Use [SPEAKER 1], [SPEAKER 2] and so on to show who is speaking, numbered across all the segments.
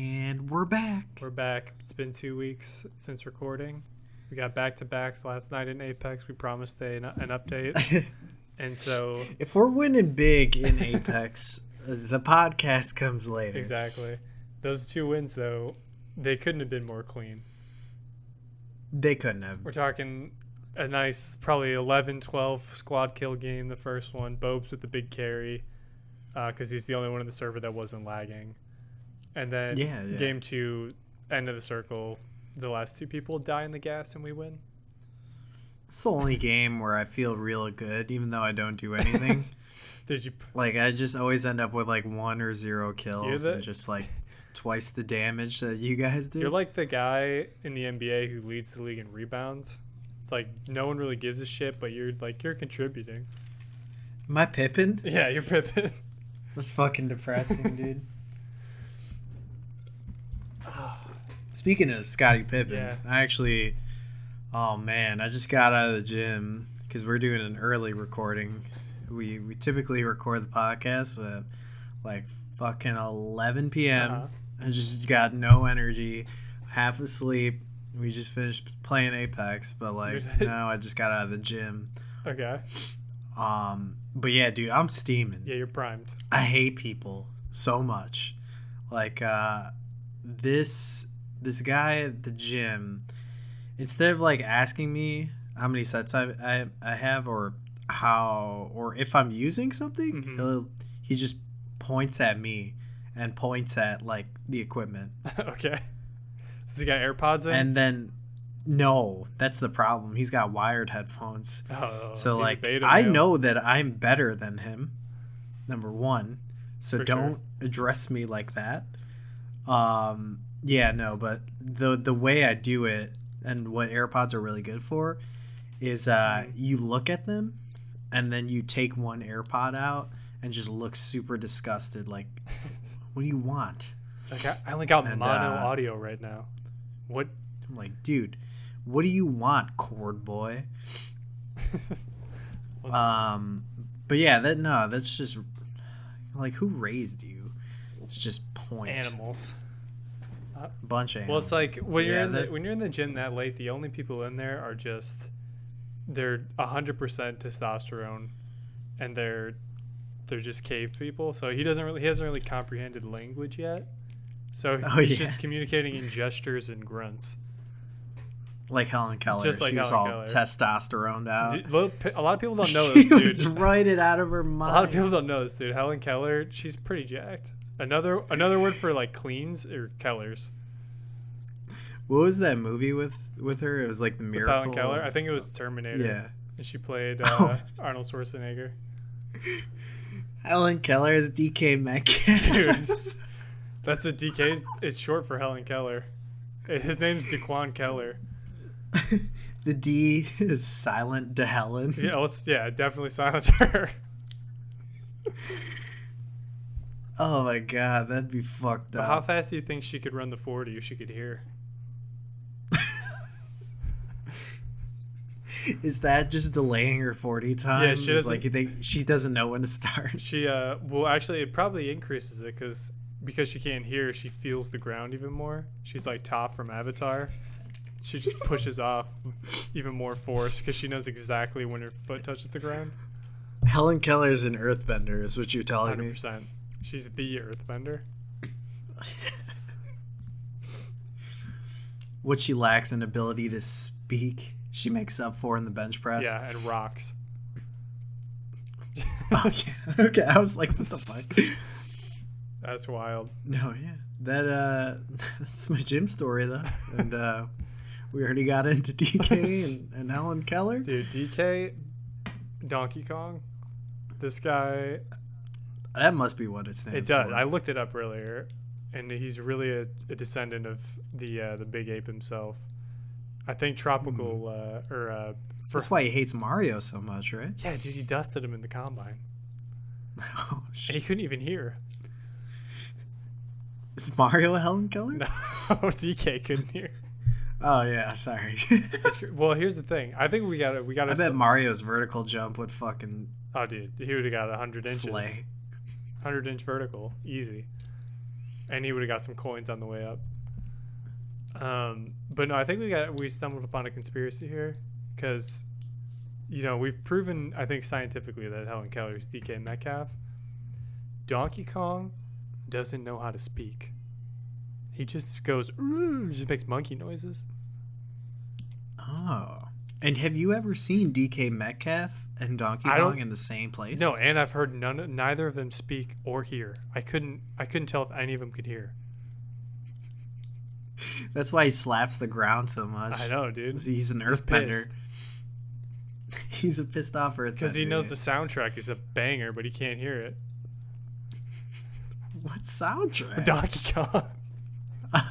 [SPEAKER 1] And we're back.
[SPEAKER 2] We're back. It's been two weeks since recording. We got back to backs last night in Apex. We promised a, an update. and so,
[SPEAKER 1] If we're winning big in Apex, the podcast comes later.
[SPEAKER 2] exactly. Those two wins, though, they couldn't have been more clean.
[SPEAKER 1] They couldn't have.
[SPEAKER 2] We're talking a nice, probably 11 12 squad kill game, the first one. Bobes with the big carry because he's the only one on the server that wasn't lagging. And then
[SPEAKER 1] Yeah, yeah.
[SPEAKER 2] game two, end of the circle, the last two people die in the gas and we win.
[SPEAKER 1] It's the only game where I feel real good, even though I don't do anything.
[SPEAKER 2] Did you
[SPEAKER 1] like I just always end up with like one or zero kills
[SPEAKER 2] the-
[SPEAKER 1] and just like twice the damage that you guys do.
[SPEAKER 2] You're like the guy in the NBA who leads the league in rebounds. It's like no one really gives a shit, but you're like you're contributing.
[SPEAKER 1] Am I Pippin?
[SPEAKER 2] Yeah, you're Pippin.
[SPEAKER 1] That's fucking depressing, dude. Speaking of Scottie Pippen,
[SPEAKER 2] Yeah.
[SPEAKER 1] I actually, oh man, I just got out of the gym because we're doing an early recording. We we typically record the podcast at like fucking 11 p.m.
[SPEAKER 2] Uh-huh.
[SPEAKER 1] I just got no energy, half asleep. We just finished playing Apex, but like
[SPEAKER 2] You're-
[SPEAKER 1] no, I just got out of the gym.
[SPEAKER 2] Okay.
[SPEAKER 1] Um, but yeah, dude, I'm steaming.
[SPEAKER 2] Yeah, you're primed.
[SPEAKER 1] I hate people so much. Like uh this this guy at the gym instead of like asking me how many sets I I, I have or how or if I'm using something,
[SPEAKER 2] Mhm.
[SPEAKER 1] he'll, he just points at me and points at like the equipment.
[SPEAKER 2] okay. So you got AirPods in?
[SPEAKER 1] And then no, that's the problem. He's got wired headphones. So
[SPEAKER 2] oh, he's a
[SPEAKER 1] like
[SPEAKER 2] beta
[SPEAKER 1] I
[SPEAKER 2] male.
[SPEAKER 1] know that I'm better than him. Number 1. So
[SPEAKER 2] For sure.
[SPEAKER 1] don't address me like that. Um yeah, no, but the the way I do it and what AirPods are really good for is uh you look at them and then you take one AirPod out and just look super disgusted like what do you want?
[SPEAKER 2] Like, I- I only got
[SPEAKER 1] And,
[SPEAKER 2] mono
[SPEAKER 1] uh,
[SPEAKER 2] audio right now. What?
[SPEAKER 1] I'm like, "Dude, what do you want, cord boy?"
[SPEAKER 2] What's-
[SPEAKER 1] Um, but yeah, that no, that's just like who raised you? It's just point
[SPEAKER 2] animals.
[SPEAKER 1] bunch of
[SPEAKER 2] Well,
[SPEAKER 1] animals.
[SPEAKER 2] it's like when you're
[SPEAKER 1] Yeah,
[SPEAKER 2] in the,
[SPEAKER 1] that-
[SPEAKER 2] when you're in the gym that late, the only people in there are just they're hundred percent testosterone, and they're they're just cave people. So he doesn't really he hasn't really comprehended language yet. So
[SPEAKER 1] Oh,
[SPEAKER 2] he's
[SPEAKER 1] yeah.
[SPEAKER 2] just communicating in gestures and grunts.
[SPEAKER 1] like Helen Keller.
[SPEAKER 2] just like
[SPEAKER 1] she was
[SPEAKER 2] Helen
[SPEAKER 1] all
[SPEAKER 2] Keller.
[SPEAKER 1] testosteroned out.
[SPEAKER 2] D- little pe- A lot of people don't know
[SPEAKER 1] Uh, she
[SPEAKER 2] this,
[SPEAKER 1] was
[SPEAKER 2] dude.
[SPEAKER 1] writing out of her
[SPEAKER 2] A lot of
[SPEAKER 1] mind.
[SPEAKER 2] people don't know this, dude. Helen Keller, she's pretty jacked. Another another word for like cleans or Kellers.
[SPEAKER 1] What was that movie with with her? It was like the
[SPEAKER 2] With
[SPEAKER 1] miracle.
[SPEAKER 2] Helen Keller, I think it was Terminator.
[SPEAKER 1] yeah, Oh.
[SPEAKER 2] And she played uh, Arnold Schwarzenegger.
[SPEAKER 1] Helen Keller is DK Metcalf.
[SPEAKER 2] Dude. That's what DK is. It's short for Helen Keller. Eh, His name's Dequan Keller.
[SPEAKER 1] the D is silent to Helen.
[SPEAKER 2] Yeah, let's, yeah, definitely silence her.
[SPEAKER 1] Oh my god, that'd be fucked
[SPEAKER 2] But how
[SPEAKER 1] up.
[SPEAKER 2] fast do you think she could run the 40 if she could hear?
[SPEAKER 1] is that just delaying her forty times?
[SPEAKER 2] she
[SPEAKER 1] It's
[SPEAKER 2] doesn't-
[SPEAKER 1] like you think she doesn't know when to start.
[SPEAKER 2] She, uh, well, actually, it probably increases it because because she can't hear, she feels the ground even more. She's like Toph from Avatar. She just pushes off even more force because she knows exactly when her foot touches the ground.
[SPEAKER 1] Helen Keller's an earthbender, is what you're telling me.
[SPEAKER 2] 100%. She's the earthbender.
[SPEAKER 1] What she lacks in ability to speak, she makes up for in the bench press.
[SPEAKER 2] Yeah, and rocks.
[SPEAKER 1] Oh, yeah. okay, I was like, what the fuck?
[SPEAKER 2] That's wild.
[SPEAKER 1] No, yeah. That uh that's my gym story though. And uh we already got into DK and, and Helen Keller.
[SPEAKER 2] Dude, DK, Donkey Kong, this guy,
[SPEAKER 1] That must be what it stands
[SPEAKER 2] it does.
[SPEAKER 1] for.
[SPEAKER 2] I looked it up earlier, and he's really a, a descendant of the uh, the big ape himself. I think tropical uh, or uh, for
[SPEAKER 1] Hmm. That's why he hates Mario so much, right?
[SPEAKER 2] yeah, dude, he dusted him in the combine,
[SPEAKER 1] Oh,
[SPEAKER 2] and he
[SPEAKER 1] shit.
[SPEAKER 2] couldn't even hear.
[SPEAKER 1] Is Mario Helen Keller?
[SPEAKER 2] No, DK couldn't hear.
[SPEAKER 1] Oh yeah, sorry.
[SPEAKER 2] It's cr- well, here's the thing. I think we gotta we gotta.
[SPEAKER 1] I bet
[SPEAKER 2] s-
[SPEAKER 1] Mario's vertical jump would fucking
[SPEAKER 2] oh, dude, he would have got hundred inches,
[SPEAKER 1] slay.
[SPEAKER 2] hundred inch vertical, easy. and he would have got some coins on the way up. Um, but no, I think we got we stumbled upon a conspiracy here because, you know, we've proven I think scientifically that Helen Keller is DK Metcalf. Donkey Kong doesn't know how to speak. He just goes, "Ooh," just makes monkey noises.
[SPEAKER 1] Oh. And have you ever seen DK Metcalf and Donkey
[SPEAKER 2] I don't-
[SPEAKER 1] Kong in the same place?
[SPEAKER 2] No, and I've heard none, of- neither of them speak or hear. I couldn't, I couldn't tell if any of them could hear.
[SPEAKER 1] That's why he slaps the ground so much.
[SPEAKER 2] I know, dude.
[SPEAKER 1] He's an earthbender. He's a pissed off earthbender.
[SPEAKER 2] Because he knows
[SPEAKER 1] yeah.
[SPEAKER 2] the soundtrack is a banger, but he can't hear it.
[SPEAKER 1] What soundtrack? Oh,
[SPEAKER 2] Donkey Kong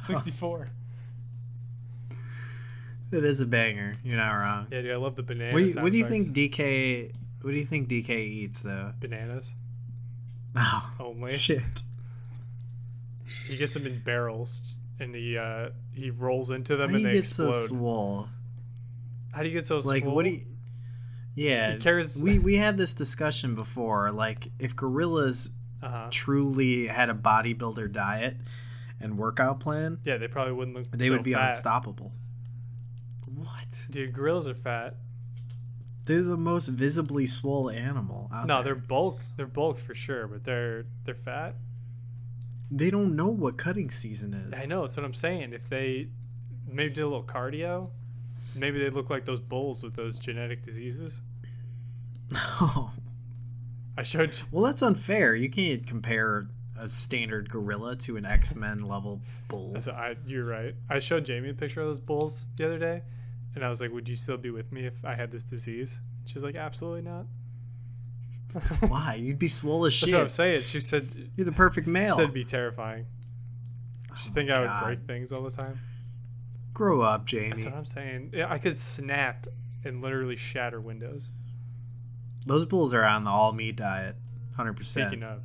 [SPEAKER 2] 64.
[SPEAKER 1] it is a banger. You're not wrong.
[SPEAKER 2] yeah, dude, I love the banana.
[SPEAKER 1] what, do you, what do you think
[SPEAKER 2] soundtracks.
[SPEAKER 1] DK? What do you think DK eats though?
[SPEAKER 2] Bananas
[SPEAKER 1] Oh
[SPEAKER 2] only.
[SPEAKER 1] shit!
[SPEAKER 2] He gets them in barrels, and he uh he rolls into them
[SPEAKER 1] How do
[SPEAKER 2] and
[SPEAKER 1] you
[SPEAKER 2] they
[SPEAKER 1] get
[SPEAKER 2] explode.
[SPEAKER 1] so swole?
[SPEAKER 2] How do you get so
[SPEAKER 1] Like
[SPEAKER 2] swole?
[SPEAKER 1] what do you? Yeah,
[SPEAKER 2] He carries.
[SPEAKER 1] we we had this discussion before. Like if gorillas
[SPEAKER 2] uh-huh.
[SPEAKER 1] truly had a bodybuilder diet and workout plan,
[SPEAKER 2] Yeah, they probably wouldn't look.
[SPEAKER 1] they
[SPEAKER 2] so
[SPEAKER 1] would be
[SPEAKER 2] fat.
[SPEAKER 1] unstoppable. What?
[SPEAKER 2] Dude, gorillas are fat.
[SPEAKER 1] They're the most visibly swole animal. Out
[SPEAKER 2] No,
[SPEAKER 1] there.
[SPEAKER 2] they're bulk. They're bulk for sure, but they're they're fat.
[SPEAKER 1] they don't know what cutting season is.
[SPEAKER 2] I know that's what I'm saying. If they maybe did a little cardio, maybe they look like those bulls with those genetic diseases. I showed you.
[SPEAKER 1] Well, that's unfair. You can't compare a standard gorilla to an X Men level bull.
[SPEAKER 2] So I, you're right. I showed Jamie a picture of those bulls the other day, and I was like, "Would you still be with me if I had this disease?" She was like, "Absolutely not." That's
[SPEAKER 1] Why? You'd be swole as shit.
[SPEAKER 2] what I'm saying. She said she
[SPEAKER 1] You're the perfect male.
[SPEAKER 2] said it'd be terrifying. She
[SPEAKER 1] Oh
[SPEAKER 2] think
[SPEAKER 1] my
[SPEAKER 2] I would
[SPEAKER 1] God.
[SPEAKER 2] break things all the time.
[SPEAKER 1] Grow up,
[SPEAKER 2] That's
[SPEAKER 1] Jamie.
[SPEAKER 2] what I'm saying. Yeah, I could snap and literally shatter windows.
[SPEAKER 1] Those bulls are on the all meat diet, hundred
[SPEAKER 2] Speaking
[SPEAKER 1] percent.
[SPEAKER 2] of,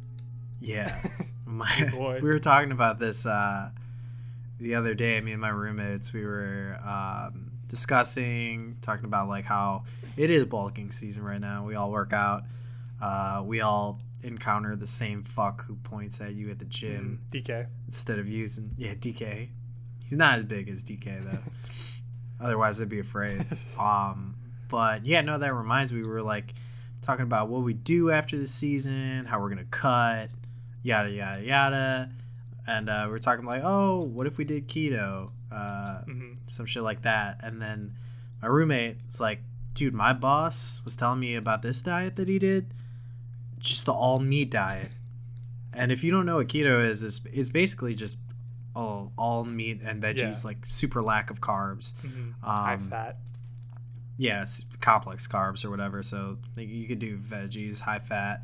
[SPEAKER 1] Yeah.
[SPEAKER 2] Good
[SPEAKER 1] My,
[SPEAKER 2] boy.
[SPEAKER 1] we were talking about this uh, the other day. Me and my roommates, we were um, discussing, talking about like how it is bulking season right now. We all work out. Uh, we all encounter the same fuck who points at you at the gym.
[SPEAKER 2] DK.
[SPEAKER 1] instead of using yeah DK. He's not as big as DK though. Otherwise, I'd be afraid.
[SPEAKER 2] Mm-hmm,
[SPEAKER 1] Um, but yeah, no, that reminds me. We were like talking about what we do after the season, how we're gonna cut, yada yada yada, and uh, we were talking like, oh, what if we did keto, uh,
[SPEAKER 2] hmm
[SPEAKER 1] some shit like that, and then my roommate's like, dude, my boss was telling me about this diet that he did, just the all meat diet. And if you don't know what keto is, it's, it's basically just all all meat and veggies,
[SPEAKER 2] Yeah.
[SPEAKER 1] like super lack of carbs.
[SPEAKER 2] hmm High
[SPEAKER 1] Um,
[SPEAKER 2] fat.
[SPEAKER 1] yeah, s- complex carbs or whatever. So like, you could do veggies, high fat.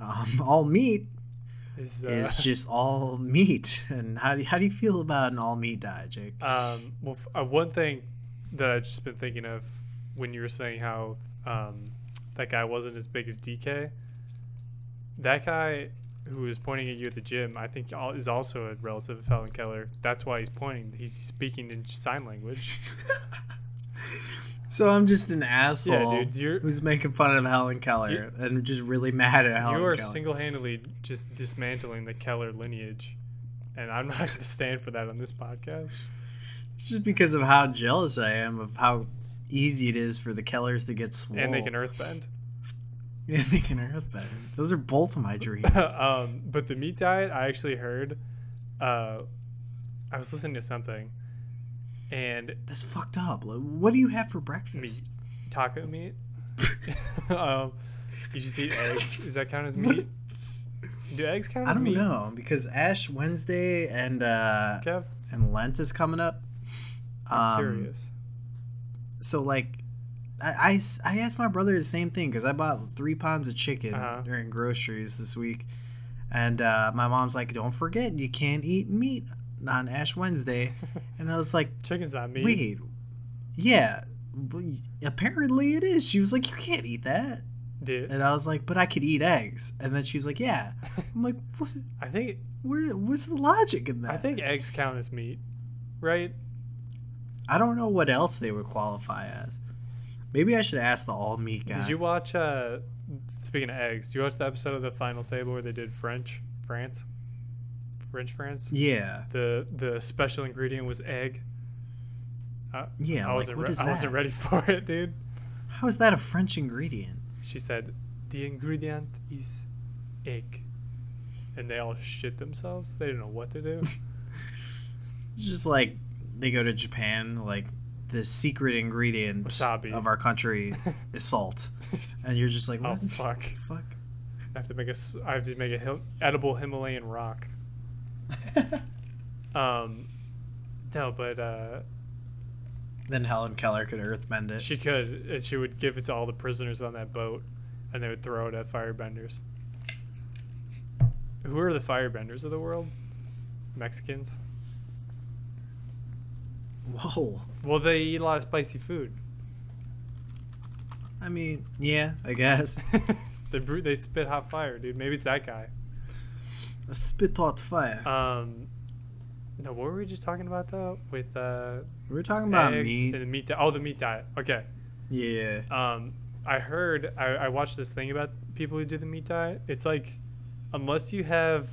[SPEAKER 1] Um, all meat
[SPEAKER 2] Is, uh,
[SPEAKER 1] is just all meat. And how do, how do you feel about an all meat diet, Jake?
[SPEAKER 2] Um, well, f- uh, one thing that I've just been thinking of when you were saying how um, that guy wasn't as big as DK, that guy who was pointing at you at the gym, I think al- is also a relative of Helen Keller. That's why he's pointing. He's speaking in sign language.
[SPEAKER 1] So I'm just an asshole.
[SPEAKER 2] Yeah, dude, you're
[SPEAKER 1] who's making fun of Helen Keller and just really mad at Helen
[SPEAKER 2] you are
[SPEAKER 1] Keller.
[SPEAKER 2] single-handedly just dismantling the Keller lineage, and I'm not going to stand for that on this podcast.
[SPEAKER 1] It's just because of how jealous I am of how easy it is for the Kellers to get swole.
[SPEAKER 2] And they can earthbend.
[SPEAKER 1] and they can earthbend. Those are both of my dreams.
[SPEAKER 2] um, but the meat diet, I actually heard. Uh, I was listening to something, and
[SPEAKER 1] That's fucked up. Like, What do you have for breakfast?
[SPEAKER 2] taco meat. um, you just eat eggs. Does that count as
[SPEAKER 1] What
[SPEAKER 2] meat?
[SPEAKER 1] is-
[SPEAKER 2] Do eggs count
[SPEAKER 1] I
[SPEAKER 2] as
[SPEAKER 1] don't
[SPEAKER 2] meat?
[SPEAKER 1] know because Ash Wednesday and uh,
[SPEAKER 2] Kev,
[SPEAKER 1] and Lent is coming up. Um,
[SPEAKER 2] I'm curious.
[SPEAKER 1] so like I, I s- I asked my brother the same thing because I bought three pounds of chicken
[SPEAKER 2] Uh-huh.
[SPEAKER 1] during groceries this week, and uh, my mom's like, "Don't forget, you can't eat meat on Ash Wednesday," and I was like,
[SPEAKER 2] Chicken's not meat.
[SPEAKER 1] "Wait, yeah." but y- Apparently it is. She was like, "You can't eat that,"
[SPEAKER 2] Dude,
[SPEAKER 1] and I was like, "But I could eat eggs." And then she was like, "Yeah." I'm like, "What?
[SPEAKER 2] I think
[SPEAKER 1] Where? What's the logic in that?"
[SPEAKER 2] I think eggs count as meat, right?
[SPEAKER 1] I don't know what else they would qualify as. Maybe I should ask the all meat guy.
[SPEAKER 2] Did you watch? Uh, speaking of eggs, do you watch the episode of the Final Table where they did French France? French France.
[SPEAKER 1] Yeah.
[SPEAKER 2] The the special ingredient was egg. I,
[SPEAKER 1] Yeah,
[SPEAKER 2] I
[SPEAKER 1] like,
[SPEAKER 2] wasn't
[SPEAKER 1] what
[SPEAKER 2] re-
[SPEAKER 1] is
[SPEAKER 2] I wasn't
[SPEAKER 1] that?
[SPEAKER 2] ready for it, dude.
[SPEAKER 1] How is that a French ingredient?
[SPEAKER 2] She said the ingredient is egg, and they all shit themselves. They didn't know what to do.
[SPEAKER 1] It's just like they go to Japan, like the secret ingredient
[SPEAKER 2] Wasabi.
[SPEAKER 1] of our country is salt, and you're just like,
[SPEAKER 2] oh
[SPEAKER 1] what the
[SPEAKER 2] fuck!
[SPEAKER 1] fuck?
[SPEAKER 2] I have to make a s- I have to make a hil- edible Himalayan rock. Um, no, but uh,
[SPEAKER 1] then Helen Keller could earthbend it.
[SPEAKER 2] she could, and she would give it to all the prisoners on that boat, and they would throw it at firebenders. Who are the firebenders of the world? Mexicans.
[SPEAKER 1] Whoa.
[SPEAKER 2] Well, they eat a lot of spicy food.
[SPEAKER 1] I mean, yeah, I guess.
[SPEAKER 2] they brew, they spit hot fire, dude. Maybe it's that guy.
[SPEAKER 1] A spit hot fire.
[SPEAKER 2] Um, no, what were we just talking about though? With uh,
[SPEAKER 1] We're talking about
[SPEAKER 2] eggs
[SPEAKER 1] meat.
[SPEAKER 2] and the meat. Di- oh, the meat diet. Okay.
[SPEAKER 1] yeah.
[SPEAKER 2] um i heard I, I watched this thing about people who do the meat diet it's like unless you have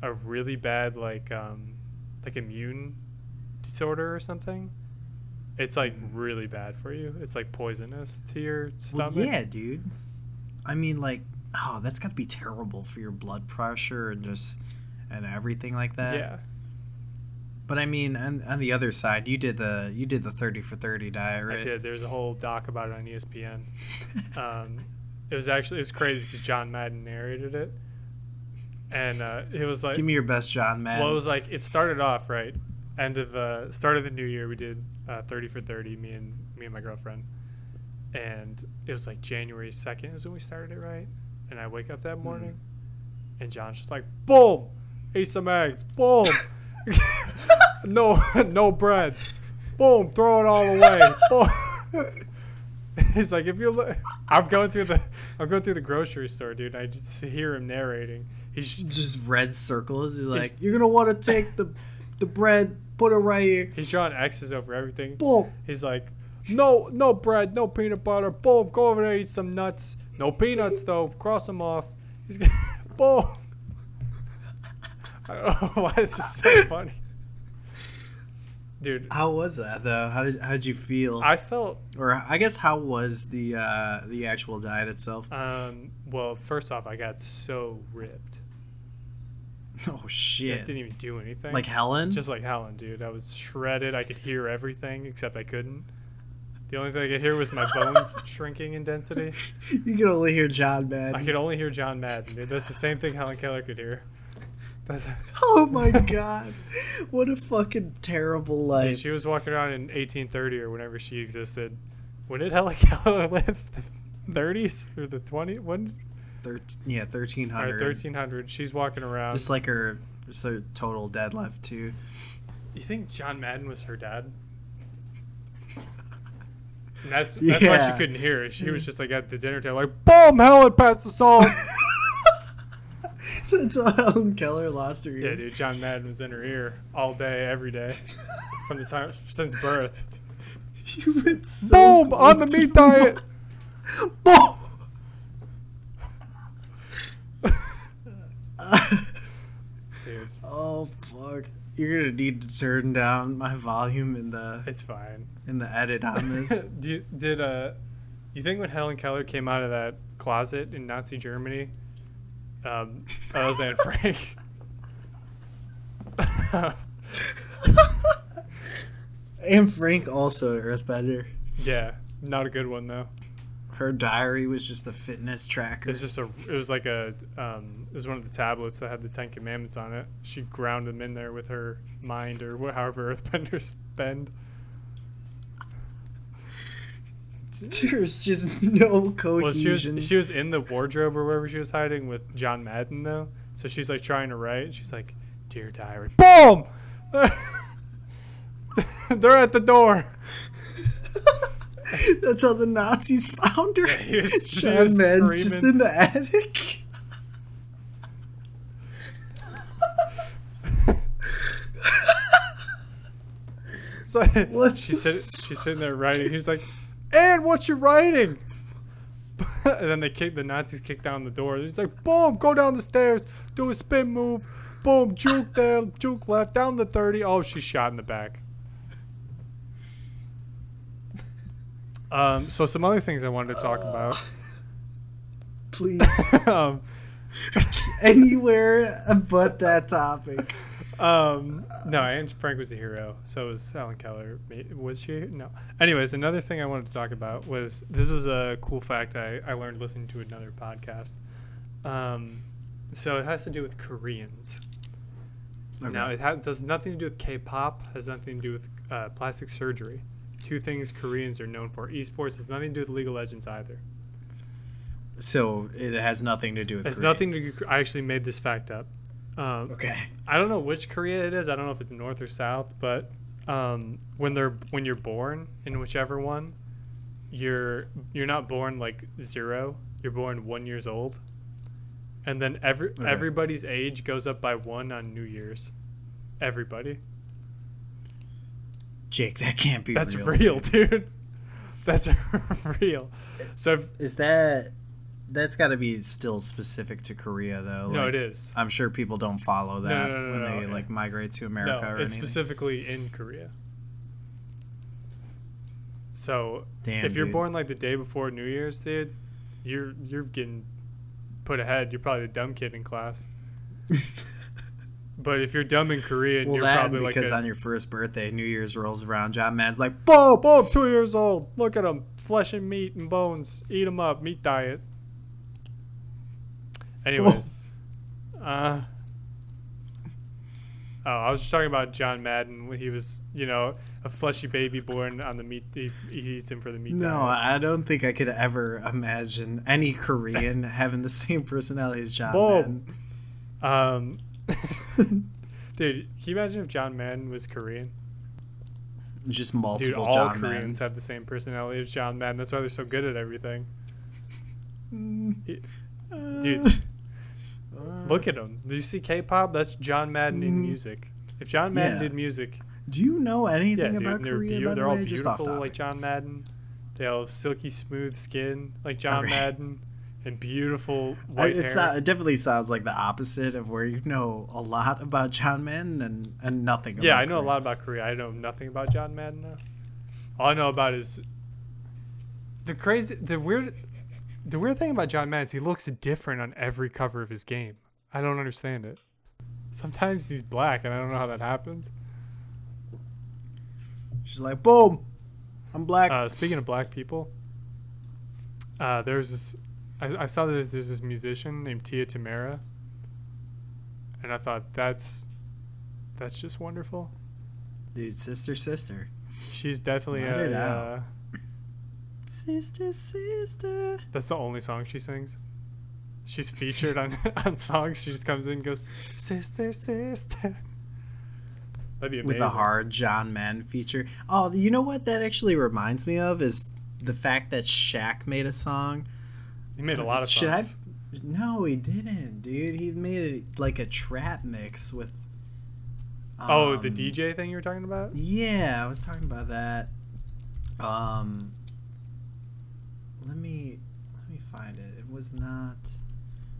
[SPEAKER 2] a really bad like um like immune disorder or something it's like really bad for you it's like poisonous to your
[SPEAKER 1] Mm-hmm. Well,
[SPEAKER 2] stomach
[SPEAKER 1] yeah, dude. I mean, like, oh, that's got to be terrible for your blood pressure and just and everything like that.
[SPEAKER 2] yeah
[SPEAKER 1] But I mean, on, on the other side, you did the you did the thirty for thirty diet, right?
[SPEAKER 2] i did there's a whole doc about it on E espn um it was actually it was crazy because john madden narrated it and uh it was like
[SPEAKER 1] Give me your best John Madden.
[SPEAKER 2] Well, it was like it started off right. End of the start of the new year, we did uh, thirty for thirty. Me and me and my girlfriend, and it was like January second is when we started it, right? And I wake up that morning, and John's just like, boom, ate some eggs, boom, no no bread, boom, throw it all away, boom. He's like, if you look, I'm going through the, I'm going through the grocery store, dude. And I just hear him narrating. He's
[SPEAKER 1] just red circles. You're like, you're gonna want to take the the bread, put it right here.
[SPEAKER 2] He's drawing X's over everything.
[SPEAKER 1] Boom.
[SPEAKER 2] He's like, no, no bread, no peanut butter. Boom, go over there, eat some nuts. No peanuts though. Cross them off. He's g- boom. I don't know why this is so funny, dude.
[SPEAKER 1] How was that though? How did how'd you feel?
[SPEAKER 2] I felt,
[SPEAKER 1] or I guess how was the uh, the actual diet itself?
[SPEAKER 2] um, well, first off, I got so ripped.
[SPEAKER 1] oh
[SPEAKER 2] I
[SPEAKER 1] shit!
[SPEAKER 2] didn't even do anything.
[SPEAKER 1] Like Helen?
[SPEAKER 2] Just like Helen, dude. I was shredded. I could hear everything except I couldn't. The only thing I could hear was my bones shrinking in density.
[SPEAKER 1] you can only hear John
[SPEAKER 2] I
[SPEAKER 1] Madden.
[SPEAKER 2] could only hear John Madden. Dude. That's the same thing Helen Keller could hear. That's-
[SPEAKER 1] Oh my god! What a fucking terrible
[SPEAKER 2] dude,
[SPEAKER 1] life.
[SPEAKER 2] she was walking around in 1830 or whenever she existed. When did Helen Keller live? The 30s or the 20s? When?
[SPEAKER 1] Thir- yeah, thirteen
[SPEAKER 2] All right,
[SPEAKER 1] hundred.
[SPEAKER 2] 1300. She's walking around.
[SPEAKER 1] Just like her, just her total dead left too.
[SPEAKER 2] you think John Madden was her dad? And that's that's why she
[SPEAKER 1] Yeah.
[SPEAKER 2] couldn't hear. it. She was just like at the dinner table, like boom, Helen, pass the salt.
[SPEAKER 1] That's how Helen Keller lost her.
[SPEAKER 2] yeah,
[SPEAKER 1] ear.
[SPEAKER 2] dude, John Madden was in her ear all day, every day, from the time since birth.
[SPEAKER 1] You've been so
[SPEAKER 2] Boom, on the
[SPEAKER 1] close to
[SPEAKER 2] meat diet.
[SPEAKER 1] Boom.
[SPEAKER 2] Dude,
[SPEAKER 1] oh fuck! You're gonna need to turn down my volume in the
[SPEAKER 2] it's fine.
[SPEAKER 1] in the edit on this.
[SPEAKER 2] Do you, did uh, you think when Helen Keller came out of that closet in Nazi Germany, um, that was Anne Frank?
[SPEAKER 1] and Frank also an Earthbender.
[SPEAKER 2] yeah, not a good one though.
[SPEAKER 1] Her diary was just a fitness tracker.
[SPEAKER 2] It was just a, it was like a, um, it was one of the tablets that had the Ten Commandments on it. She ground them in there with her mind or wha- however Earthbenders bend.
[SPEAKER 1] There's just no cohesion.
[SPEAKER 2] Well, she was she was in the wardrobe or wherever she was hiding with John Madden though. So she's like trying to write. and She's like, "Dear diary, boom, they're at the door."
[SPEAKER 1] That's how the Nazis found her.
[SPEAKER 2] he was- she
[SPEAKER 1] Sean
[SPEAKER 2] was
[SPEAKER 1] Mann's just
[SPEAKER 2] screaming.
[SPEAKER 1] in the attic.
[SPEAKER 2] So
[SPEAKER 1] What
[SPEAKER 2] she's
[SPEAKER 1] the
[SPEAKER 2] sitting she's sitting there writing. He's like, "And what you writing?" and then they kick the Nazis kick down the door. He's like, "Boom, go down the stairs, do a spin move, Boom, juke there, juke left, down the 30. Oh, she's shot in the back. Um, so some other things I wanted to talk
[SPEAKER 1] Please.
[SPEAKER 2] about. um,
[SPEAKER 1] Anywhere but that topic.
[SPEAKER 2] um, no, Anne Frank was a hero. So was Helen Keller. Ma- Was she? No. Anyways, another thing I wanted to talk about was this was a cool fact I, I learned listening to another podcast. Um, so it has to do with Koreans.
[SPEAKER 1] Okay.
[SPEAKER 2] Now, it ha- does nothing to do with K-pop. Has nothing to do with uh, plastic surgery. Two things Koreans are known for: esports. Has nothing to do with League of Legends either.
[SPEAKER 1] So it has nothing to do with.
[SPEAKER 2] It's nothing to.
[SPEAKER 1] Koreans.
[SPEAKER 2] do- I actually made this fact up. Um,
[SPEAKER 1] Okay.
[SPEAKER 2] I don't know which Korea it is. I don't know if it's north or south, but um, when they're when you're born in whichever one, you're you're not born like zero. You're born one years old, and then every
[SPEAKER 1] Okay.
[SPEAKER 2] everybody's age goes up by one on New Year's. Everybody.
[SPEAKER 1] Jake, that can't be.
[SPEAKER 2] That's
[SPEAKER 1] real.
[SPEAKER 2] real, dude. That's real. So if,
[SPEAKER 1] Is that? That's got to be still specific to Korea though.
[SPEAKER 2] no,
[SPEAKER 1] like,
[SPEAKER 2] it is.
[SPEAKER 1] I'm sure people don't follow that
[SPEAKER 2] no, no,
[SPEAKER 1] when
[SPEAKER 2] no,
[SPEAKER 1] they
[SPEAKER 2] no.
[SPEAKER 1] like migrate to America
[SPEAKER 2] No,
[SPEAKER 1] or
[SPEAKER 2] it's
[SPEAKER 1] anything.
[SPEAKER 2] specifically in Korea. So
[SPEAKER 1] Damn,
[SPEAKER 2] if you're
[SPEAKER 1] dude.
[SPEAKER 2] born like the day before New Year's, dude, you're you're getting put ahead. You're probably the dumb kid in class. But if you're dumb in Korea,
[SPEAKER 1] well,
[SPEAKER 2] you're
[SPEAKER 1] that and
[SPEAKER 2] probably like
[SPEAKER 1] because
[SPEAKER 2] a,
[SPEAKER 1] on your first birthday, New Year's rolls around, John Madden's like, "Boom,
[SPEAKER 2] Boom, two years old. Look at him. Flesh and meat and bones. Eat him up. Meat diet. Anyways. uh, oh, I was just talking about John Madden. when He was, you know, a fleshy baby born on the meat. He, he eats him for the meat
[SPEAKER 1] No,
[SPEAKER 2] diet.
[SPEAKER 1] I don't think I could ever imagine any Korean having the same personality as John.
[SPEAKER 2] Bob.
[SPEAKER 1] Madden.
[SPEAKER 2] Um, dude, can you imagine if John Madden was Korean?
[SPEAKER 1] Just
[SPEAKER 2] Dude,
[SPEAKER 1] multiple
[SPEAKER 2] all
[SPEAKER 1] John
[SPEAKER 2] Koreans
[SPEAKER 1] Maddens.
[SPEAKER 2] have the same personality as John Madden. That's why they're so good at everything.
[SPEAKER 1] Mm.
[SPEAKER 2] Dude. Look at him. Do you see K-pop? That's John Madden in
[SPEAKER 1] Mhm.
[SPEAKER 2] music. If John Madden
[SPEAKER 1] Yeah.
[SPEAKER 2] did music,
[SPEAKER 1] do you know
[SPEAKER 2] yeah,
[SPEAKER 1] anything
[SPEAKER 2] dude,
[SPEAKER 1] about
[SPEAKER 2] and they're,
[SPEAKER 1] Korea?
[SPEAKER 2] beau-
[SPEAKER 1] by the
[SPEAKER 2] they're all
[SPEAKER 1] way? Just off
[SPEAKER 2] beautiful
[SPEAKER 1] topic.
[SPEAKER 2] like John Madden. They all have silky smooth skin like John
[SPEAKER 1] Okay.
[SPEAKER 2] Madden, and beautiful
[SPEAKER 1] I-
[SPEAKER 2] white
[SPEAKER 1] it's,
[SPEAKER 2] hair.
[SPEAKER 1] uh, it definitely sounds like the opposite of where you know a lot about John Madden and, and nothing.
[SPEAKER 2] yeah,
[SPEAKER 1] about
[SPEAKER 2] I know
[SPEAKER 1] Korea.
[SPEAKER 2] a lot about Korea. I know nothing about John Madden now. All I know about is the crazy, the weird, the weird thing about John Madden is he looks different on every cover of his game. I don't understand it. Sometimes he's black, and I don't know how that happens.
[SPEAKER 1] She's like, boom, I'm black.
[SPEAKER 2] Uh, speaking of black people, uh, there's this. I, I saw there's there's this musician named Tia Tamara, and I thought that's that's just wonderful.
[SPEAKER 1] Dude, sister, sister,
[SPEAKER 2] She's definitely
[SPEAKER 1] Let it
[SPEAKER 2] a.
[SPEAKER 1] out.
[SPEAKER 2] Uh,
[SPEAKER 1] sister, sister.
[SPEAKER 2] that's the only song she sings. She's featured on on songs. She just comes in and goes sister sister. That'd be amazing.
[SPEAKER 1] with a hard John Madden feature. Oh, you know what that actually reminds me of is the fact that Shaq made a song.
[SPEAKER 2] He made a lot of
[SPEAKER 1] Should I-
[SPEAKER 2] songs.
[SPEAKER 1] No, he didn't, dude. He made it like a trap mix with.
[SPEAKER 2] oh, the
[SPEAKER 1] um,
[SPEAKER 2] DJ thing you were talking about.
[SPEAKER 1] Yeah, I was talking about that. Um, let me let me find it. It was not.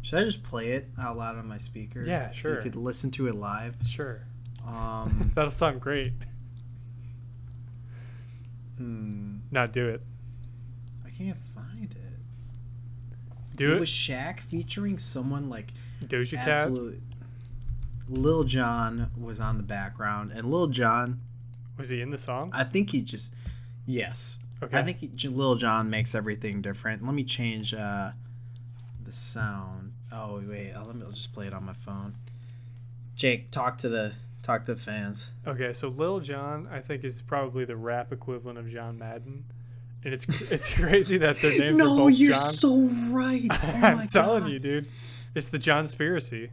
[SPEAKER 1] Should I just play it out loud on my speaker?
[SPEAKER 2] Yeah,
[SPEAKER 1] So
[SPEAKER 2] sure.
[SPEAKER 1] You could listen to it live.
[SPEAKER 2] Sure,
[SPEAKER 1] Um,
[SPEAKER 2] that'll sound great.
[SPEAKER 1] hmm,
[SPEAKER 2] Not do it.
[SPEAKER 1] I can't find it.
[SPEAKER 2] Do
[SPEAKER 1] It was
[SPEAKER 2] it.
[SPEAKER 1] Shaq featuring someone like
[SPEAKER 2] Doja Cat.
[SPEAKER 1] absolutely. Lil John was on the background, and Lil John,
[SPEAKER 2] Was he in the song?
[SPEAKER 1] I think he just, yes,
[SPEAKER 2] Okay.
[SPEAKER 1] I think he, J- Lil John makes everything different. Let me change uh, the sound. Oh wait, I'll, let me, I'll just play it on my phone. Jake, talk to the talk to the fans.
[SPEAKER 2] Okay, so Lil Jon, I think, is probably the rap equivalent of John Madden, and it's it's crazy that their names are
[SPEAKER 1] no,
[SPEAKER 2] both
[SPEAKER 1] you're
[SPEAKER 2] John.
[SPEAKER 1] so right. Oh my
[SPEAKER 2] I'm telling
[SPEAKER 1] God.
[SPEAKER 2] you, dude, it's the John Spiracy.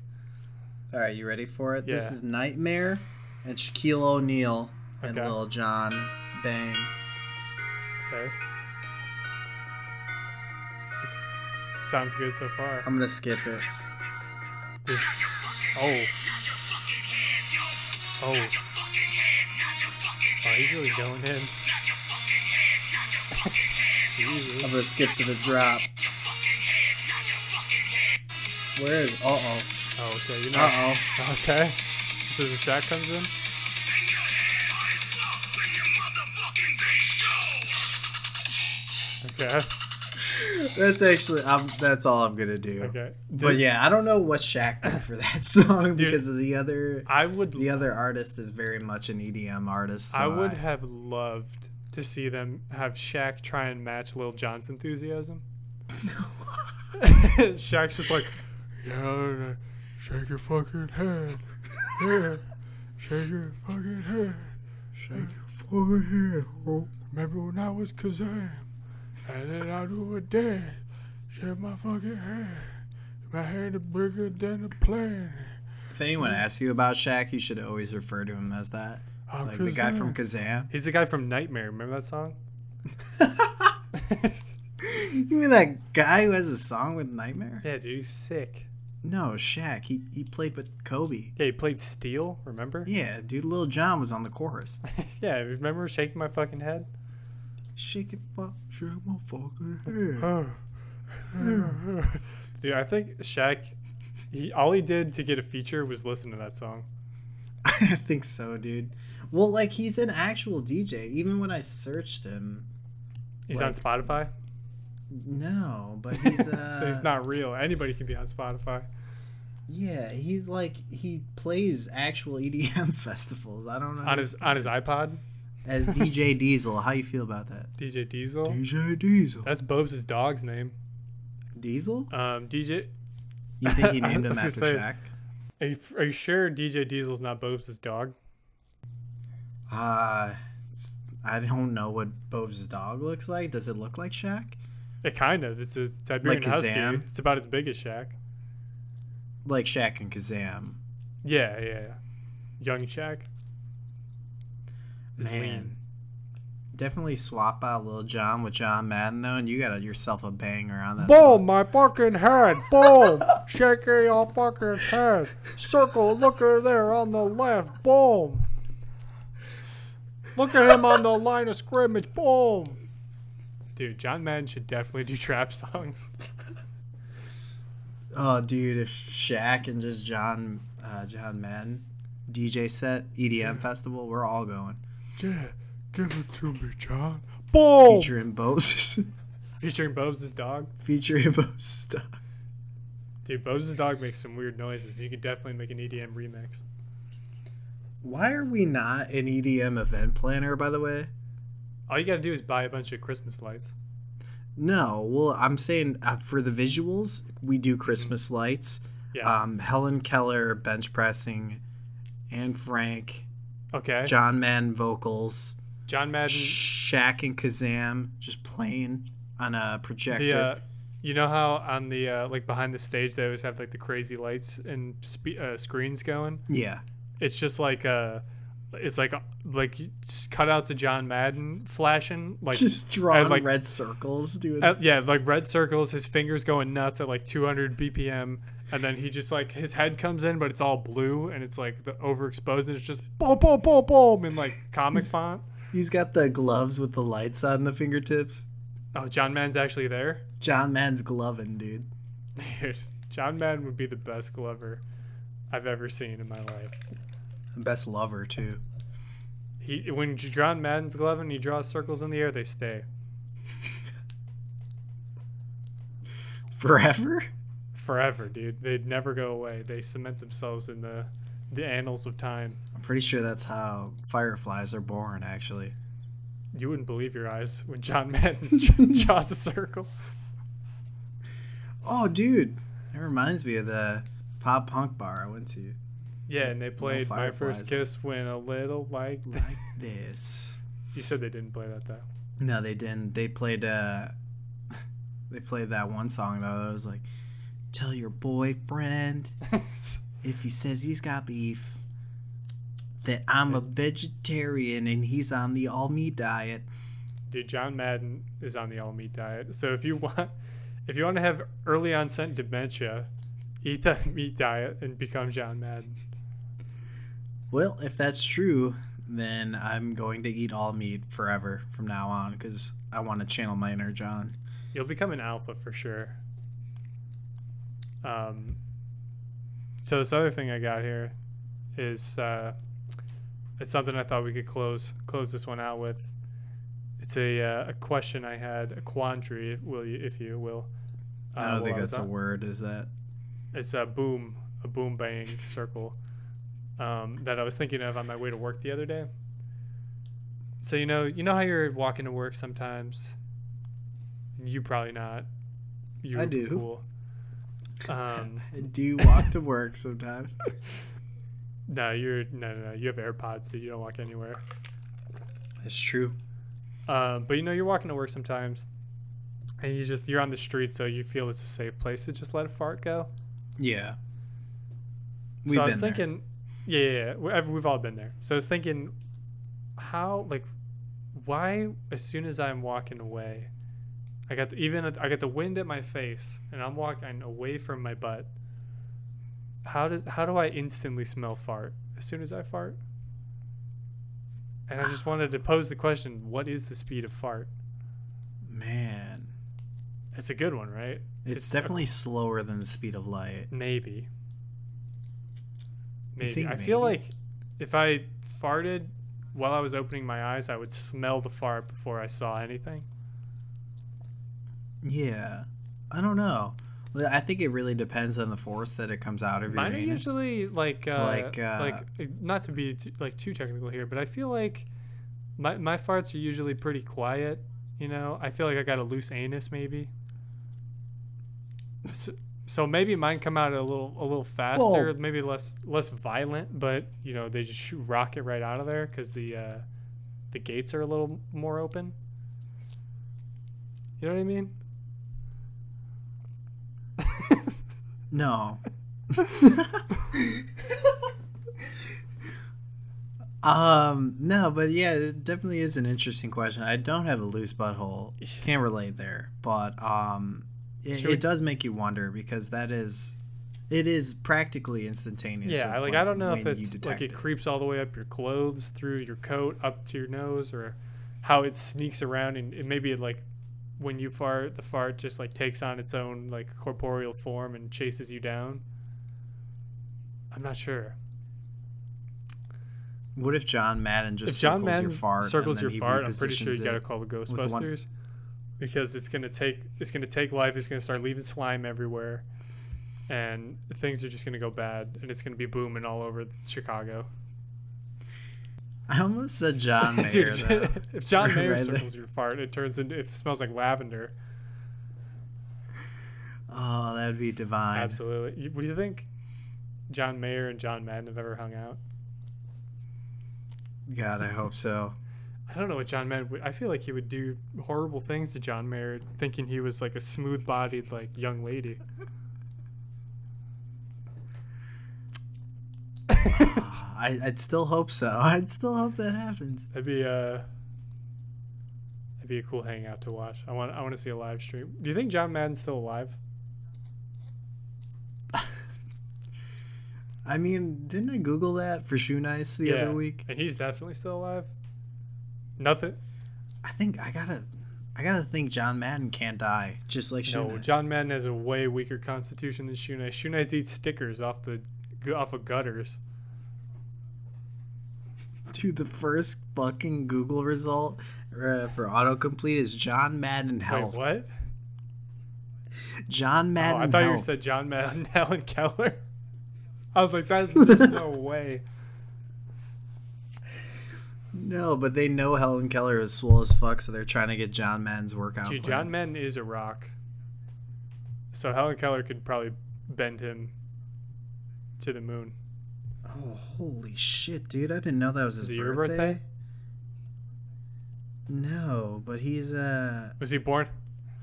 [SPEAKER 1] All right, you ready for it? This
[SPEAKER 2] Yeah.
[SPEAKER 1] is Nightmare and Shaquille O'Neal and
[SPEAKER 2] Okay.
[SPEAKER 1] Lil John. Bang.
[SPEAKER 2] Okay. Sounds good so far.
[SPEAKER 1] I'm gonna skip it.
[SPEAKER 2] Oh. Oh. Oh, he's really going in. Jesus.
[SPEAKER 1] I'm gonna skip to the drop. Where is? Uh oh.
[SPEAKER 2] Oh, okay. You know.
[SPEAKER 1] Uh oh.
[SPEAKER 2] Okay. So the shot comes in. Okay.
[SPEAKER 1] That's actually um, that's all I'm gonna do.
[SPEAKER 2] Okay.
[SPEAKER 1] But
[SPEAKER 2] Dude,
[SPEAKER 1] yeah, I don't know what Shaq did for that song
[SPEAKER 2] Dude.
[SPEAKER 1] because the other
[SPEAKER 2] I would.
[SPEAKER 1] the other artist is very much an EDM artist. so
[SPEAKER 2] I would have loved to see them have Shaq try and match Lil Jon's enthusiasm. Shaq's just like, yeah, shake your fucking head, yeah, shake your fucking head.
[SPEAKER 1] Shake your fucking
[SPEAKER 2] Remember when I was Kazam, and then I do a dance, shake my fucking head. My head is bigger than a planet.
[SPEAKER 1] If anyone asks you about Shaq, you should always refer to him as that.
[SPEAKER 2] I'm
[SPEAKER 1] Like the guy from
[SPEAKER 2] Kazam.
[SPEAKER 1] Kazam.
[SPEAKER 2] He's the guy from Nightmare. Remember that song?
[SPEAKER 1] You mean that guy who has a song with Nightmare?
[SPEAKER 2] Yeah, dude, he's sick.
[SPEAKER 1] No, Shaq. He he played with Kobe.
[SPEAKER 2] Yeah, he played Steel, remember?
[SPEAKER 1] Yeah, dude. Lil Jon was on the chorus.
[SPEAKER 2] yeah, remember shaking my fucking head?
[SPEAKER 1] Shake it, fuck, shake my fucking head.
[SPEAKER 2] Dude, I think Shaq, he, all he did to get a feature was listen to that song.
[SPEAKER 1] I think so, dude. Well, like he's an actual DJ. Even when I searched him,
[SPEAKER 2] He's on
[SPEAKER 1] Like,
[SPEAKER 2] Spotify.
[SPEAKER 1] no, but he's uh,
[SPEAKER 2] he's not real. Anybody can be on Spotify.
[SPEAKER 1] Yeah, he's like he plays actual EDM festivals. I don't know
[SPEAKER 2] On his on his iPod,
[SPEAKER 1] as DJ Diesel. How you feel about that?
[SPEAKER 2] DJ Diesel.
[SPEAKER 1] DJ Diesel.
[SPEAKER 2] That's Bob's dog's name.
[SPEAKER 1] Diesel?
[SPEAKER 2] Um, DJ,
[SPEAKER 1] You think he named him
[SPEAKER 2] I was
[SPEAKER 1] after
[SPEAKER 2] gonna say-
[SPEAKER 1] Shaq?
[SPEAKER 2] are you, are you sure DJ Diesel's not Bob's dog?
[SPEAKER 1] Uh, s- I don't know what Bob's dog looks like. Does it look like Shaq?
[SPEAKER 2] It kind of. It's a Siberian husky.
[SPEAKER 1] Kazam?
[SPEAKER 2] It's about as big as Shaq.
[SPEAKER 1] Like Shaq and Kazam.
[SPEAKER 2] Yeah, yeah, yeah. Young Shaq. He's
[SPEAKER 1] Man.
[SPEAKER 2] lean.
[SPEAKER 1] Definitely swap out Lil Jon with John Madden though, and you got yourself a banger on that.
[SPEAKER 2] Boom, my fucking head. Boom. Shake your fucking head. Circle, look at there on the left. Boom. Look at him on the line of scrimmage. Boom. Dude, John Madden should definitely do trap songs.
[SPEAKER 1] Oh, dude, if Shaq and just John, uh, John Madden, DJ set, EDM festival, we're all going.
[SPEAKER 2] Yeah, give it to me, John. Boom.
[SPEAKER 1] Featuring Bose,
[SPEAKER 2] Featuring Bob's dog.
[SPEAKER 1] featuring Bose stuff.
[SPEAKER 2] Dude, Bob's dog makes some weird noises. You could definitely make an EDM remix.
[SPEAKER 1] Why are we not an EDM event planner? By the way,
[SPEAKER 2] All you gotta do is buy a bunch of Christmas lights.
[SPEAKER 1] no. Well, I'm saying uh, for the visuals, we do Christmas lights.
[SPEAKER 2] Mm-hmm. Yeah.
[SPEAKER 1] Um, Helen Keller bench pressing, and Frank,
[SPEAKER 2] okay. John,
[SPEAKER 1] John Madden vocals.
[SPEAKER 2] Madden.
[SPEAKER 1] Shaq and Kazam just playing on a projector.
[SPEAKER 2] the uh, you know how on the uh, like behind the stage they always have like the crazy lights and spe- uh, screens going
[SPEAKER 1] yeah.
[SPEAKER 2] it's just like uh it's like like just cutouts of john madden flashing like
[SPEAKER 1] Just drawing
[SPEAKER 2] and, like-
[SPEAKER 1] red circles, dude.
[SPEAKER 2] uh, yeah like red circles his fingers going nuts at like 200 bpm and then he just like his head comes in but it's all blue and it's like the overexposed and it's just boom boom boom boom in like comic font
[SPEAKER 1] He's got the gloves with the lights on the fingertips.
[SPEAKER 2] oh john madden's actually there
[SPEAKER 1] John Madden's gloving, dude.
[SPEAKER 2] Dude, john madden would be the best glover i've ever seen in my life
[SPEAKER 1] Best lover, too.
[SPEAKER 2] He when John Madden's glove and he draws circles in the air, they stay
[SPEAKER 1] Forever?
[SPEAKER 2] forever, dude. They never go away. They cement themselves in the the annals of time.
[SPEAKER 1] I'm pretty sure that's how fireflies are born, actually.
[SPEAKER 2] You wouldn't believe your eyes when John Madden draws a circle.
[SPEAKER 1] Oh, dude. That reminds me of the pop punk bar I went to.
[SPEAKER 2] Yeah, and they played My
[SPEAKER 1] fireflies.
[SPEAKER 2] First Kiss when a little like. Th-
[SPEAKER 1] Like this.
[SPEAKER 2] you said they didn't play that though.
[SPEAKER 1] No, they didn't. They played uh they played that one song though that was like Tell your boyfriend if he says he's got beef that I'm a vegetarian and he's on the all meat diet.
[SPEAKER 2] Dude, John Madden is on the all meat diet. So if you want, if you want to have early onset dementia, eat the meat diet and become John Madden.
[SPEAKER 1] Well, if that's true, then I'm going to eat all meat forever from now on because I want to channel my inner John.
[SPEAKER 2] You'll become an alpha for sure. Um, So this other thing I got here is uh, it's something I thought we could close close this one out with. It's a, uh, a question I had, a quandary, if will you, if you will. uh,
[SPEAKER 1] I don't
[SPEAKER 2] while
[SPEAKER 1] think
[SPEAKER 2] I was
[SPEAKER 1] that's a
[SPEAKER 2] on-
[SPEAKER 1] word. Is that?
[SPEAKER 2] It's a boom, a boom bang circle um, that I was thinking of on my way to work the other day. So you know, you know how you're walking to work sometimes. You probably not. You
[SPEAKER 1] I
[SPEAKER 2] would be
[SPEAKER 1] do.
[SPEAKER 2] Cool. Um,
[SPEAKER 1] Do you walk to work sometimes?
[SPEAKER 2] no, you're no, no, no. You have AirPods that you don't walk anywhere.
[SPEAKER 1] That's true.
[SPEAKER 2] Um, but you know, you're walking to work sometimes, and you just you're on the street, so you feel it's a safe place to just let a fart go.
[SPEAKER 1] Yeah.
[SPEAKER 2] So
[SPEAKER 1] We've
[SPEAKER 2] I was
[SPEAKER 1] been there.
[SPEAKER 2] thinking, yeah, yeah, yeah, we- I've- we've all been there. So I was thinking, how like, why as soon as I'm walking away, I got the, even at- I got the wind at my face, and I'm walking away from my butt. How does how do I instantly smell fart as soon as I fart? And I just wanted to pose the question: What is the speed of fart?
[SPEAKER 1] Man,
[SPEAKER 2] It's a good one, right?
[SPEAKER 1] it's,
[SPEAKER 2] It's-
[SPEAKER 1] definitely slower than the speed of light.
[SPEAKER 2] Maybe. Maybe.
[SPEAKER 1] think
[SPEAKER 2] I feel
[SPEAKER 1] maybe?
[SPEAKER 2] like if I farted while I was opening my eyes, I would smell the fart before I saw anything.
[SPEAKER 1] Yeah. I don't know. Well, I think it really depends on the force that it comes out of your
[SPEAKER 2] Mine are
[SPEAKER 1] anus.
[SPEAKER 2] usually like uh,
[SPEAKER 1] Like,
[SPEAKER 2] like
[SPEAKER 1] uh,
[SPEAKER 2] like not to be too, like too technical here, but I feel like my my farts are usually pretty quiet. You know, I feel like I got a loose anus maybe. So, so maybe mine come out a little a little faster, maybe less less violent, but you know they just shoot rocket right out of there because the uh, the gates are a little more open. You know what I mean?
[SPEAKER 1] No. um, no, but yeah, it definitely is an interesting question. I don't have a loose butthole. Can't relate there, but um it,
[SPEAKER 2] Should we-
[SPEAKER 1] it does make you wonder because that is it is practically instantaneous.
[SPEAKER 2] Yeah,
[SPEAKER 1] of,
[SPEAKER 2] like I don't know if
[SPEAKER 1] when you
[SPEAKER 2] it's like
[SPEAKER 1] detect
[SPEAKER 2] it creeps all the way up your clothes, through your coat, up to your nose, or how it sneaks around and it maybe it like when you fart, the fart just like takes on its own like corporeal form and chases you down. I'm not sure.
[SPEAKER 1] What if John Madden just
[SPEAKER 2] if John
[SPEAKER 1] circles
[SPEAKER 2] Madden
[SPEAKER 1] your fart? and
[SPEAKER 2] circles
[SPEAKER 1] then
[SPEAKER 2] your
[SPEAKER 1] he
[SPEAKER 2] fart, I'm pretty sure
[SPEAKER 1] repositions
[SPEAKER 2] you got to
[SPEAKER 1] it?
[SPEAKER 2] call the
[SPEAKER 1] with one-
[SPEAKER 2] Ghostbusters because it's gonna take it's gonna take life. It's gonna start leaving slime everywhere, and things are just gonna go bad, and it's gonna be booming all over Chicago.
[SPEAKER 1] I almost said John Mayer.
[SPEAKER 2] Dude, if-
[SPEAKER 1] though.
[SPEAKER 2] if John Mayer
[SPEAKER 1] Right there.
[SPEAKER 2] circles your fart, it turns into it smells like lavender.
[SPEAKER 1] Oh, that would be divine.
[SPEAKER 2] Absolutely. You- What do you think? John Mayer and John Madden have ever hung out?
[SPEAKER 1] God, I hope so.
[SPEAKER 2] I don't know what John Madden. Would, I feel like he would do horrible things to John Mayer, thinking he was like a smooth-bodied like young lady.
[SPEAKER 1] I, I'd still hope so. I'd still hope that happens.
[SPEAKER 2] That'd be uh That'd be a cool hangout to watch. I want. I want to see a live stream. Do you think John Madden's still alive?
[SPEAKER 1] I mean, didn't I Google that for Shoe Nice the
[SPEAKER 2] Yeah.
[SPEAKER 1] other week?
[SPEAKER 2] And he's definitely still alive. Nothing.
[SPEAKER 1] I think I gotta, I gotta think John Madden can't die, just like Shoe
[SPEAKER 2] No,
[SPEAKER 1] Nice.
[SPEAKER 2] John Madden has a way weaker constitution than Shunai. Shunai eats stickers off the off of gutters.
[SPEAKER 1] Dude, the first fucking Google result uh, for autocomplete is John Madden health.
[SPEAKER 2] Wait, what?
[SPEAKER 1] John
[SPEAKER 2] Oh,
[SPEAKER 1] Madden
[SPEAKER 2] I thought you
[SPEAKER 1] health.
[SPEAKER 2] said John Madden, Helen Keller. I was like, that's there's no way.
[SPEAKER 1] No, but they know Helen Keller is swole as fuck, so they're trying to get John Madden's workout.
[SPEAKER 2] Gee,
[SPEAKER 1] plan.
[SPEAKER 2] John Madden is a rock. So Helen Keller could probably bend him to the moon.
[SPEAKER 1] Oh, holy shit, dude! I didn't know that was his
[SPEAKER 2] Is it
[SPEAKER 1] birthday.
[SPEAKER 2] your birthday?
[SPEAKER 1] No, but he's uh
[SPEAKER 2] Was he born?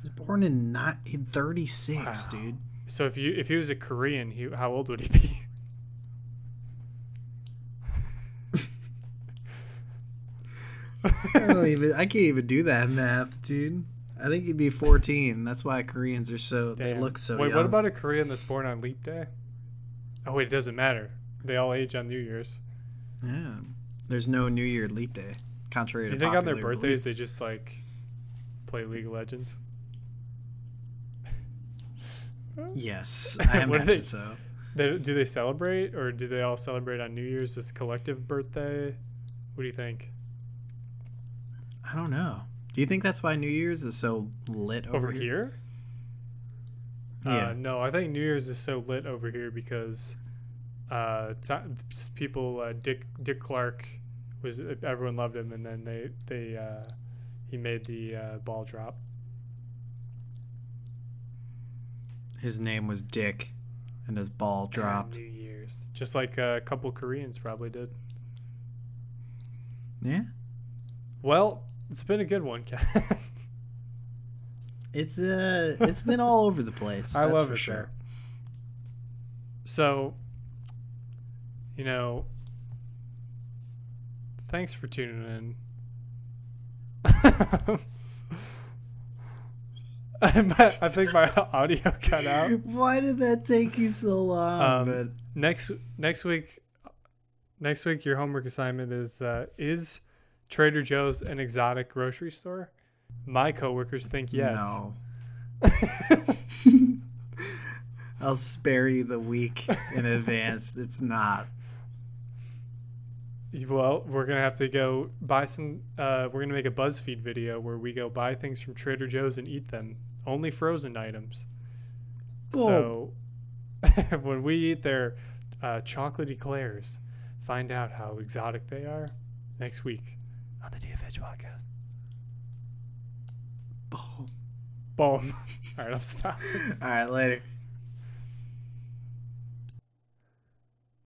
[SPEAKER 1] he's born in not in thirty six,
[SPEAKER 2] Wow.
[SPEAKER 1] dude.
[SPEAKER 2] So if you if he was a Korean, he, how old would he be?
[SPEAKER 1] I don't even I can't even do that math, dude. I think he'd be fourteen. That's why Koreans are so they
[SPEAKER 2] Damn.
[SPEAKER 1] look so
[SPEAKER 2] Wait,
[SPEAKER 1] young.
[SPEAKER 2] what about a Korean that's born on leap day? Oh wait, it doesn't matter. They all age on New Year's.
[SPEAKER 1] yeah. There's no New Year leap day, contrary
[SPEAKER 2] Do
[SPEAKER 1] to
[SPEAKER 2] you think on their
[SPEAKER 1] popular
[SPEAKER 2] birthdays they just like play League of Legends?
[SPEAKER 1] belief. Yes, I
[SPEAKER 2] What do they-
[SPEAKER 1] imagine so.
[SPEAKER 2] They, do they celebrate, or do they all celebrate on New Year's as collective birthday? What do you think?
[SPEAKER 1] I don't know. Do you think that's why New Year's is so lit over,
[SPEAKER 2] Over here?
[SPEAKER 1] Yeah.
[SPEAKER 2] Uh, no, I think New Year's is so lit over here because uh, ti people uh, Dick Dick Clark was everyone loved him, and then they they uh, he made the uh, ball drop.
[SPEAKER 1] His name was Dick, and his ball dropped.
[SPEAKER 2] New Year's, just like a couple Koreans probably did.
[SPEAKER 1] Yeah,
[SPEAKER 2] Well, it's been a good one, Ken.
[SPEAKER 1] it's uh, it's been all over the place.
[SPEAKER 2] I
[SPEAKER 1] that's
[SPEAKER 2] love
[SPEAKER 1] for
[SPEAKER 2] it,
[SPEAKER 1] sure.
[SPEAKER 2] though. So, you know, thanks for tuning in. I might- I think my audio cut out.
[SPEAKER 1] Why did that take you so long?
[SPEAKER 2] Um, Next next week, next week your homework assignment is uh, is Trader Joe's an exotic grocery store? My coworkers think
[SPEAKER 1] but
[SPEAKER 2] yes.
[SPEAKER 1] no. I'll spare you the week in advance. It's not.
[SPEAKER 2] Well, we're gonna have to go buy some. Uh, we're gonna make a BuzzFeed video where we go buy things from Trader Joe's and eat them. Only frozen items. So when we eat their uh, chocolate eclairs, find out how exotic they are next week on the DFH podcast.
[SPEAKER 1] Boom.
[SPEAKER 2] Boom. All right, I'll stop.
[SPEAKER 1] All right, later.